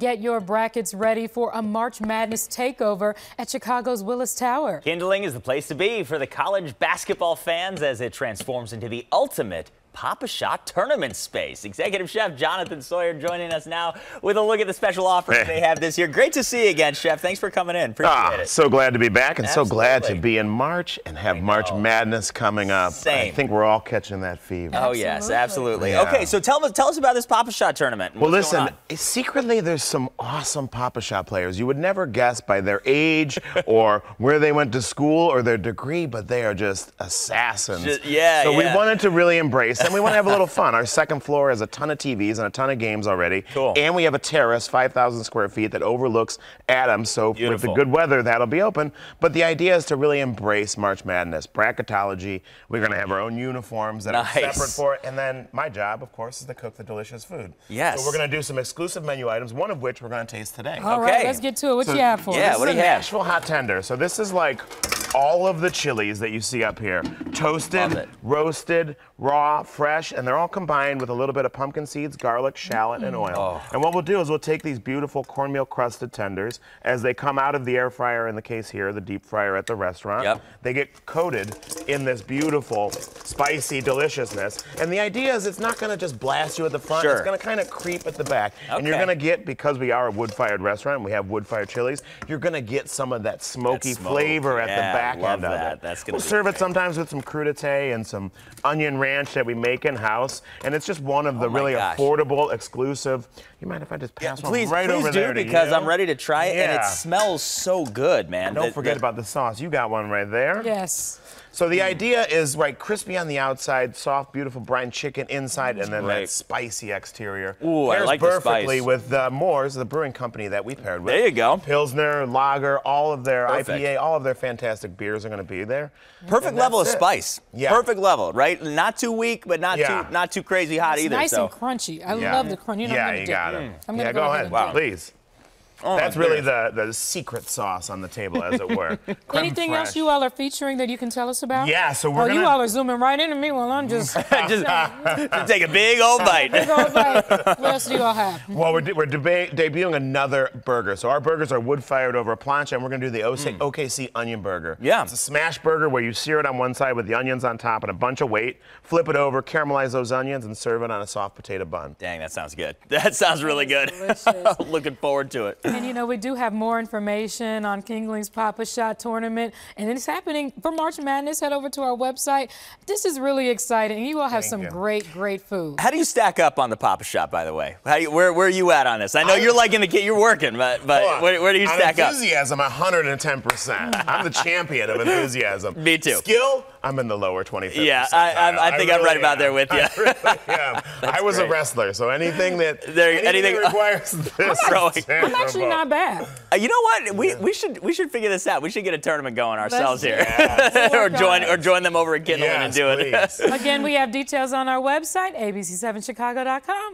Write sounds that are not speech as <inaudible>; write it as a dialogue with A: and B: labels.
A: Get your brackets ready for a March Madness takeover at Chicago's Willis Tower.
B: Kindling is the place to be for the college basketball fans as it transforms into the ultimate Papa Shot tournament space. Executive Chef Jonathan Sawyer joining us now with a look at the special offers
C: Hey.
B: they have this year. Great to see you again, Chef. Thanks for coming in. Appreciate
C: Ah,
B: it.
C: so glad to be back and so glad to
B: Absolutely.
C: be in March and have March Madness coming up. I
B: Same.
C: think we're all catching that fever.
B: oh, yes, absolutely.
A: Absolutely.
C: Yeah.
B: Okay, so tell us, tell us about this Papa Shot tournament. and
C: Well,
B: what's going
C: listen, secretly, there's some awesome Papa Shot players. You would never guess by their age <laughs> or where they went to school or their degree, but they are just assassins.
B: Ju- yeah,
C: So
B: yeah.
C: we wanted to really embrace and we want to have
B: <laughs>
C: a little fun. Our second floor has a ton of TVs and a ton of games already.
B: Cool.
C: And we have a terrace, 5,000 square feet, that overlooks Adams. So with
B: Beautiful.
C: the good weather, that'll be open. But the idea is to really embrace March Madness, bracketology. We're going to have our own uniforms that are
B: Nice.
C: separate for it. And then my job, of course, is to cook the delicious food.
B: Yes.
C: So we're going to to do some exclusive menu items, one of which we're going to taste today.
A: All right,
B: Okay.
A: let's get to it. What
C: So-
A: you have for
B: Yeah,
A: us?
B: what do
C: It's
B: you
C: a
B: have?
C: Nashville hot tender. So this is like all of the chilies that you see up here:
B: Love
C: toasted,
B: it.
C: roasted, raw, fresh, and they're all combined with a little bit of pumpkin seeds, garlic, shallot, and oil.
B: Oh.
C: And what we'll do is we'll take these beautiful cornmeal crusted tenders as they come out of the air fryer. In the case here, the deep fryer at the restaurant.
B: Yep.
C: They get coated in this beautiful, spicy deliciousness. And the idea is it's not going to just blast you at the front.
B: Sure.
C: It's going to kind of creep at the back, and you're
B: Okay.
C: going to get because we are a wood-fired restaurant and we have wood-fired chilies, you're gonna get some of that smoky
B: smoke,
C: flavor at
B: yeah,
C: the back
B: love
C: end of
B: that.
C: it.
B: That's gonna
C: we'll
B: be
C: serve
B: great.
C: it sometimes with some crudité and some onion ranch that we make in-house, and it's just one of the
B: Oh my
C: really
B: gosh.
C: affordable, exclusive. You mind if I just pass one
B: Please,
C: right
B: please
C: over
B: do
C: there to
B: because
C: you?
B: I'm ready to try it, and
C: Yeah.
B: it smells so good, man.
C: Don't
B: The-
C: forget
B: the-
C: about the sauce. You got one right there.
A: Yes.
C: So
B: Hmm.
C: the idea is right, crispy on the outside, soft, beautiful brine chicken inside, and then
B: Great.
C: that spicy exterior.
B: Ooh, I
C: Pairs
B: like the spice.
C: perfectly with uh, Moore's, the brewing company that we paired with.
B: There you go.
C: Pilsner, lager, all of their
B: Perfect.
C: IPA, all of their fantastic beers are going to be there.
B: Perfect
C: And
B: level of
C: that's it.
B: spice.
C: Yeah.
B: Perfect level, right? Not too weak, but not
C: Yeah.
B: too not too crazy hot
A: It's
B: either.
A: nice
B: so
A: and crunchy. I
C: Yeah.
A: love the crunch. You know,
C: yeah,
A: I'm gonna
C: you
A: dip-
C: got it.
A: I'm gonna go,
C: yeah, go,
A: ahead. and
C: ahead,
A: dip.
C: please.
B: Oh, my
C: That's really
B: goodness.
C: the, the secret sauce on the table, as it were. Creme
A: <laughs> Anything else
C: fraiche.
A: you all are featuring that you can tell us about?
C: Yeah, so we're
A: Oh, you
C: gonna-
A: all are zooming right into me while
C: <laughs>
A: I'm just.
B: <laughs> just, just take a big old bite.
A: Go back. what else do you all have?
C: Well, we're, de- we're deba- debuting another burger. So our burgers are wood fired over a plancha, and we're going to do the OC- OKC onion burger.
B: Hmm. Yeah.
C: It's a smash burger where you sear it on one side with the onions on top and a bunch of weight, flip it over, caramelize those onions, and serve it on a soft potato bun.
B: <laughs> Dang, that sounds good. <laughs> That sounds really good.
A: Delicious.
B: <laughs> Looking forward to it.
A: And you know, we do have more information on Kingling's Papa Shot tournament, and it's happening for March Madness. Head over to our website. This is really exciting. You all have some
C: you.
A: great, great food.
B: How do you stack up on the Papa Shop, by the way? How you, where, where are you at on this? I know you're liking the kid, you're working, but,
C: Oh,
B: but where, where do you
C: on
B: stack up?
C: enthusiasm, up? Enthusiasm, 110%.
B: <laughs>
C: I'm the champion of enthusiasm.
B: Me too.
C: Skill, I'm in the lower 25th.
B: Yeah, I- I'm- I
C: percentile.
B: think I'm right about there with ya.
C: I <laughs> really
B: <laughs>
C: am. I was
B: great.
C: a wrestler, so anything that,
B: There-
C: anything
B: anything- <laughs>
C: that requires this.
B: not-
C: is
A: I'm actually
C: terrible.
A: not bad.
B: Uh, you know what? We, we should we should figure this out. We should get a tournament going ourselves here,
C: <laughs>
B: <laughs> or
A: Work on
B: join
A: it.
B: or join them over at Kindle
C: Yes,
B: and do it.
C: please.
A: Again, we have details on our website, abc7chicago.com.